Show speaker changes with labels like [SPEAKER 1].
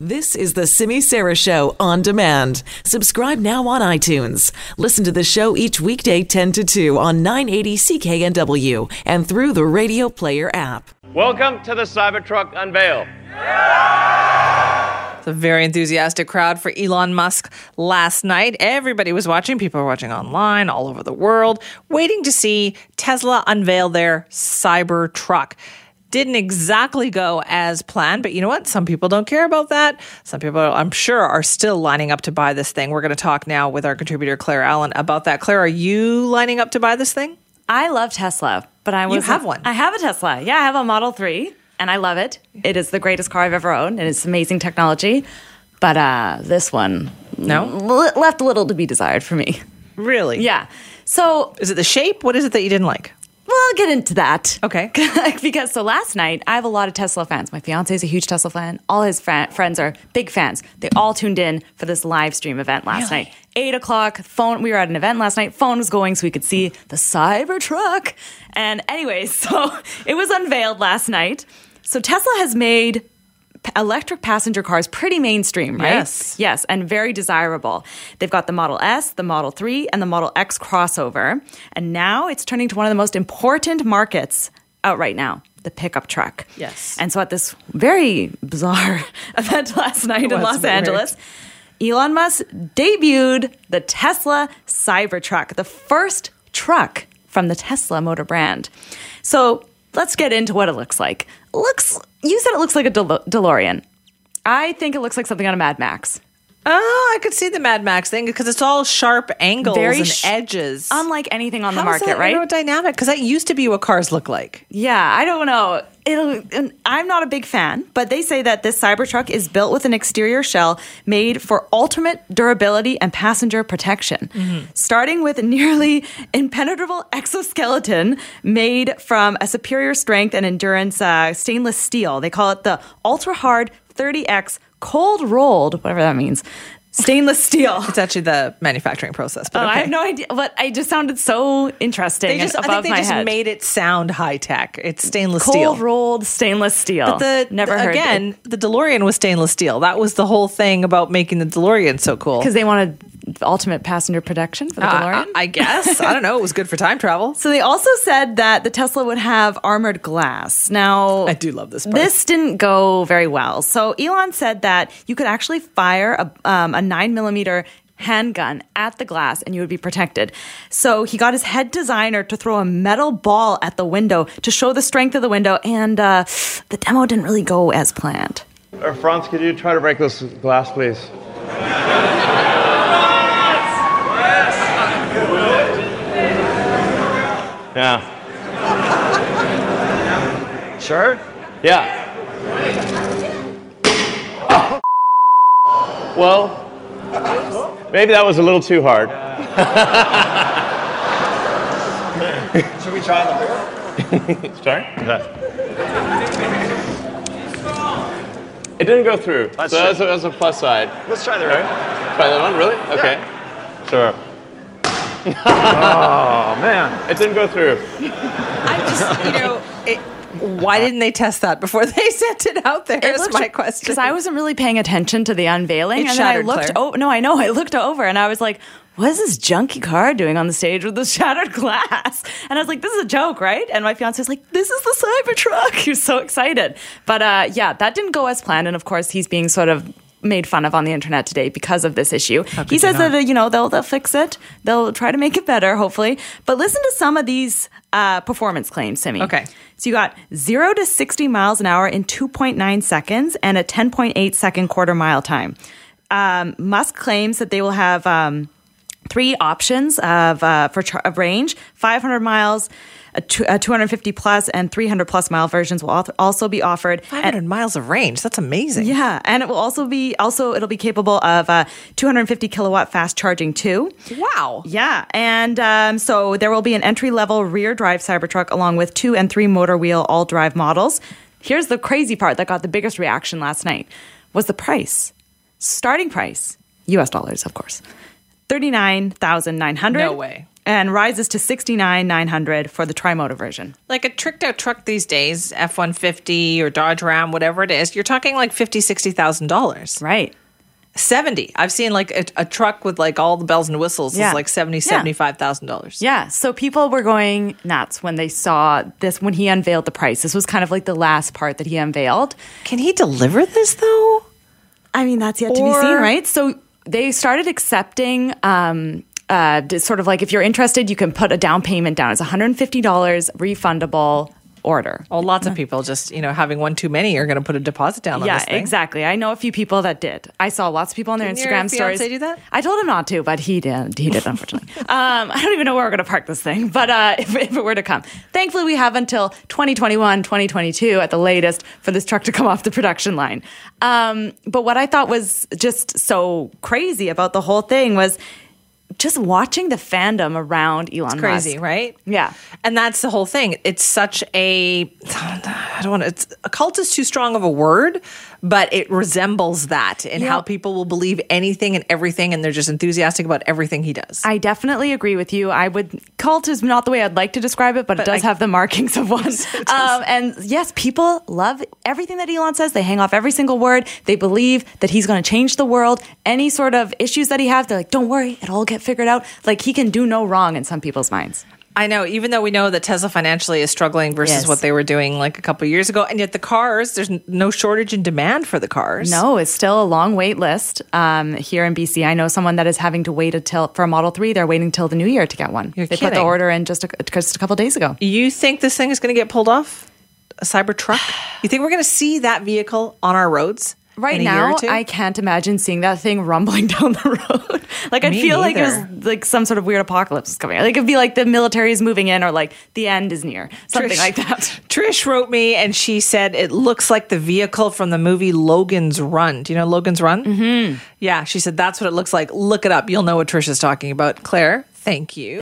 [SPEAKER 1] This is the Simi Sarah Show on demand. Subscribe now on iTunes. Listen to the show each weekday 10 to 2 on 980 CKNW and through the Radio Player app.
[SPEAKER 2] Welcome to the Cybertruck unveil.
[SPEAKER 3] It's a very enthusiastic crowd for Elon Musk last night. Everybody was watching. People were watching online all over the world, waiting to see Tesla unveil their Cybertruck. Didn't exactly go as planned, but you know what? Some people don't care about that. Some people, I'm sure, are still lining up to buy this thing. We're going to talk now with our contributor, Claire Allen, about that. Claire, are you lining up to buy this thing?
[SPEAKER 4] I love Tesla, but I was
[SPEAKER 3] have one.
[SPEAKER 4] I have a Tesla. Yeah, I have a Model Three, and I love it. It is the greatest car I've ever owned, and it's amazing technology. But uh, this one
[SPEAKER 3] No?
[SPEAKER 4] l- left a little to be desired for me.
[SPEAKER 3] Really?
[SPEAKER 4] Yeah. So
[SPEAKER 3] Is it the shape? What is it that you didn't like?
[SPEAKER 4] we'll get into that.
[SPEAKER 3] Okay.
[SPEAKER 4] because so last night, I have a lot of Tesla fans. My fiance is a huge Tesla fan. All his fa- friends are big fans. They all tuned in for this live stream event last night. Eight o'clock, phone. We were at an event last night. Phone was going so we could see the Cybertruck. And anyway, so it was unveiled last night. So Tesla has made p- electric passenger cars pretty mainstream, right?
[SPEAKER 3] Yes.
[SPEAKER 4] Yes, and very desirable. They've got the Model S, the Model 3, and the Model X crossover. And now it's turning to one of the most important markets out right now. The pickup truck.
[SPEAKER 3] Yes.
[SPEAKER 4] And so at this very bizarre event last night in
[SPEAKER 3] was
[SPEAKER 4] Los
[SPEAKER 3] weird.
[SPEAKER 4] Angeles, Elon Musk debuted the Tesla Cybertruck, the first truck from the Tesla motor brand. So let's get into what it looks like. Looks, you said it looks like a Del- DeLorean. I think it looks like something on a Mad Max.
[SPEAKER 3] Oh, I could see the Mad Max thing because it's all sharp angles
[SPEAKER 4] Very
[SPEAKER 3] and
[SPEAKER 4] sh-
[SPEAKER 3] edges.
[SPEAKER 4] Unlike anything on the
[SPEAKER 3] How is
[SPEAKER 4] market,
[SPEAKER 3] that
[SPEAKER 4] right?
[SPEAKER 3] Aerodynamic because that used to be what cars look like.
[SPEAKER 4] Yeah, I don't know. It'll, and I'm not a big fan, but they say that this Cybertruck is built with an exterior shell made for ultimate durability and passenger protection, starting with a nearly impenetrable exoskeleton made from a superior strength and endurance uh, stainless steel. They call it the ultra hard 30x cold rolled, whatever that means, stainless steel.
[SPEAKER 3] It's actually the manufacturing process. But
[SPEAKER 4] Oh,
[SPEAKER 3] okay.
[SPEAKER 4] I have no idea, but I just sounded so interesting.
[SPEAKER 3] They just,
[SPEAKER 4] and
[SPEAKER 3] I
[SPEAKER 4] above
[SPEAKER 3] think they
[SPEAKER 4] my
[SPEAKER 3] just
[SPEAKER 4] head.
[SPEAKER 3] made it sound high tech. It's stainless
[SPEAKER 4] cold
[SPEAKER 3] steel.
[SPEAKER 4] rolled stainless steel.
[SPEAKER 3] But the
[SPEAKER 4] never
[SPEAKER 3] the-
[SPEAKER 4] heard
[SPEAKER 3] again. The DeLorean was stainless steel. That was the whole thing about making the DeLorean so cool.
[SPEAKER 4] because they wanted ultimate passenger protection for the
[SPEAKER 3] Uh,
[SPEAKER 4] DeLorean.
[SPEAKER 3] I, I guess I don't know. It was good for time travel.
[SPEAKER 4] so they also said that the Tesla would have armored glass. Now
[SPEAKER 3] I do love this part.
[SPEAKER 4] This didn't go very well. So Elon said that you could actually fire a, um, a nine millimeter handgun at the glass and you would be protected. So he got his head designer to throw a metal ball at the window to show the strength of the window, and uh, the demo didn't really go as planned.
[SPEAKER 2] Uh, Franz, could you try to break this glass, please? Yeah. Sure? Yeah. well, maybe that was a little too hard. Should we try the door? Sorry? It didn't go through. so that's a, that's a plus side.
[SPEAKER 5] Let's try the
[SPEAKER 2] All right. Try that one, really? Okay. Sure.
[SPEAKER 5] Oh man.
[SPEAKER 2] It didn't go through.
[SPEAKER 3] I just you know. It, why didn't they test that before they sent it out there? Is my question.
[SPEAKER 4] Because I wasn't really paying attention to the
[SPEAKER 3] It
[SPEAKER 4] unveiling, and then I
[SPEAKER 3] shattered,
[SPEAKER 4] looked.
[SPEAKER 3] Claire.
[SPEAKER 4] Oh no, I know. I looked over, and I was like, "What is this junky car doing on the stage with the shattered glass?" And I was like, "This is a joke, right?" And my fiance was like, "This is the Cybertruck." He was so excited, but uh, yeah, that didn't go as planned. And of course, he's being sort of made fun of on the internet today because of this issue. He says that uh, you know they'll they'll fix it. They'll try to make it better, hopefully. But listen to some of these uh, performance claims, Simi.
[SPEAKER 3] Okay.
[SPEAKER 4] So you got zero to 60 miles an hour in 2.9 seconds and a 10.8 second quarter mile time. Um, Musk claims that they will have um, three options of uh, for char- of range: 500 miles, a, two, a 250 plus, and 300 plus mile versions will al- also be offered.
[SPEAKER 3] Five
[SPEAKER 4] And-
[SPEAKER 3] hundred miles of range. That's amazing.
[SPEAKER 4] yeah, and it will also be also it'll be capable of uh, 250 kilowatt fast charging too.
[SPEAKER 3] Wow.
[SPEAKER 4] Yeah, and um, so there will be an entry level rear drive Cybertruck along with two and three motor wheel all drive models. Here's the crazy part that got the biggest reaction last night was the price. Starting price, US dollars, of course. 39,900.
[SPEAKER 3] No way.
[SPEAKER 4] and rises to 69,900 for the trimotor version.
[SPEAKER 3] Like a tricked out truck these days, F 150 or Dodge Ram, whatever it is, you're talking like fifty, sixty thousand dollars.
[SPEAKER 4] Right.
[SPEAKER 3] 70. I've seen like a, a truck with like all the bells and whistles
[SPEAKER 4] Yeah.
[SPEAKER 3] is like 70,
[SPEAKER 4] Yeah.
[SPEAKER 3] 75,000 dollars.
[SPEAKER 4] Yeah, so people were going nuts when they saw this when he unveiled the price. This was kind of like the last part that he unveiled.
[SPEAKER 3] Can he deliver this though?
[SPEAKER 4] I mean, that's yet to be
[SPEAKER 3] Or-
[SPEAKER 4] seen, right? So they started accepting. Um, uh, d- sort of like if you're interested, you can put a down payment down. It's $150 refundable order.
[SPEAKER 3] Well, lots of people just, you know, having one too many are going to put a deposit down on
[SPEAKER 4] yeah,
[SPEAKER 3] this thing.
[SPEAKER 4] exactly. I know a few people that did. I saw lots of people on their
[SPEAKER 3] Didn't your
[SPEAKER 4] Instagram stories.
[SPEAKER 3] fiancé do that?
[SPEAKER 4] I told him not to, but he did. He did, unfortunately. um, I don't even know where we're going to park this thing, but uh, if, if it were to come. Thankfully, we have until 2021, 2022 at the latest for this truck to come off the production line. Um, but what I thought was just so crazy about the whole thing was just watching the fandom around Elon
[SPEAKER 3] Crazy,
[SPEAKER 4] Musk.
[SPEAKER 3] right?
[SPEAKER 4] Yeah.
[SPEAKER 3] And that's the whole thing. It's such a I don't want to it's a cult is too strong of a word, but it resembles that in how people will believe anything and everything and they're just enthusiastic about everything he does.
[SPEAKER 4] I definitely agree with you. I would cult is not the way I'd like to describe it, but, it does
[SPEAKER 3] I-
[SPEAKER 4] have the markings of one. um, and yes, people love everything that Elon says. They hang off every single word. They believe that he's going to change the world. Any sort of issues that he has, they're like, "Don't worry, it'll all get figured out." Like he can do no wrong in some people's minds.
[SPEAKER 3] I know, even though we know that Tesla financially is struggling versus
[SPEAKER 4] Yes.
[SPEAKER 3] what they were doing like a couple years ago, and yet the cars, there's n- no shortage in demand for the cars.
[SPEAKER 4] No, it's still a long wait list um, here in BC. I know someone that is having to wait until for a Model Three. They're waiting till the new year to get one.
[SPEAKER 3] You're
[SPEAKER 4] they put
[SPEAKER 3] kidding.
[SPEAKER 4] the order in just a, just a couple days ago.
[SPEAKER 3] You think this thing is going to get pulled off? A Cybertruck? You think we're going to see that vehicle on our roads
[SPEAKER 4] Right
[SPEAKER 3] in a year
[SPEAKER 4] now,
[SPEAKER 3] or two?
[SPEAKER 4] I can't imagine seeing that thing rumbling down the road. like I
[SPEAKER 3] Me
[SPEAKER 4] feel like
[SPEAKER 3] neither.
[SPEAKER 4] there's like some sort of weird apocalypse is coming. Like it'd be like the military is moving in, or like the end is near, something
[SPEAKER 3] Trish-
[SPEAKER 4] like that.
[SPEAKER 3] Trish wrote me and she said it looks like the vehicle from the movie Logan's Run. Do you know Logan's Run? Mm-hmm. Yeah, she said that's what it looks like. Look it up. You'll know what Trish is talking about. Claire, thank you.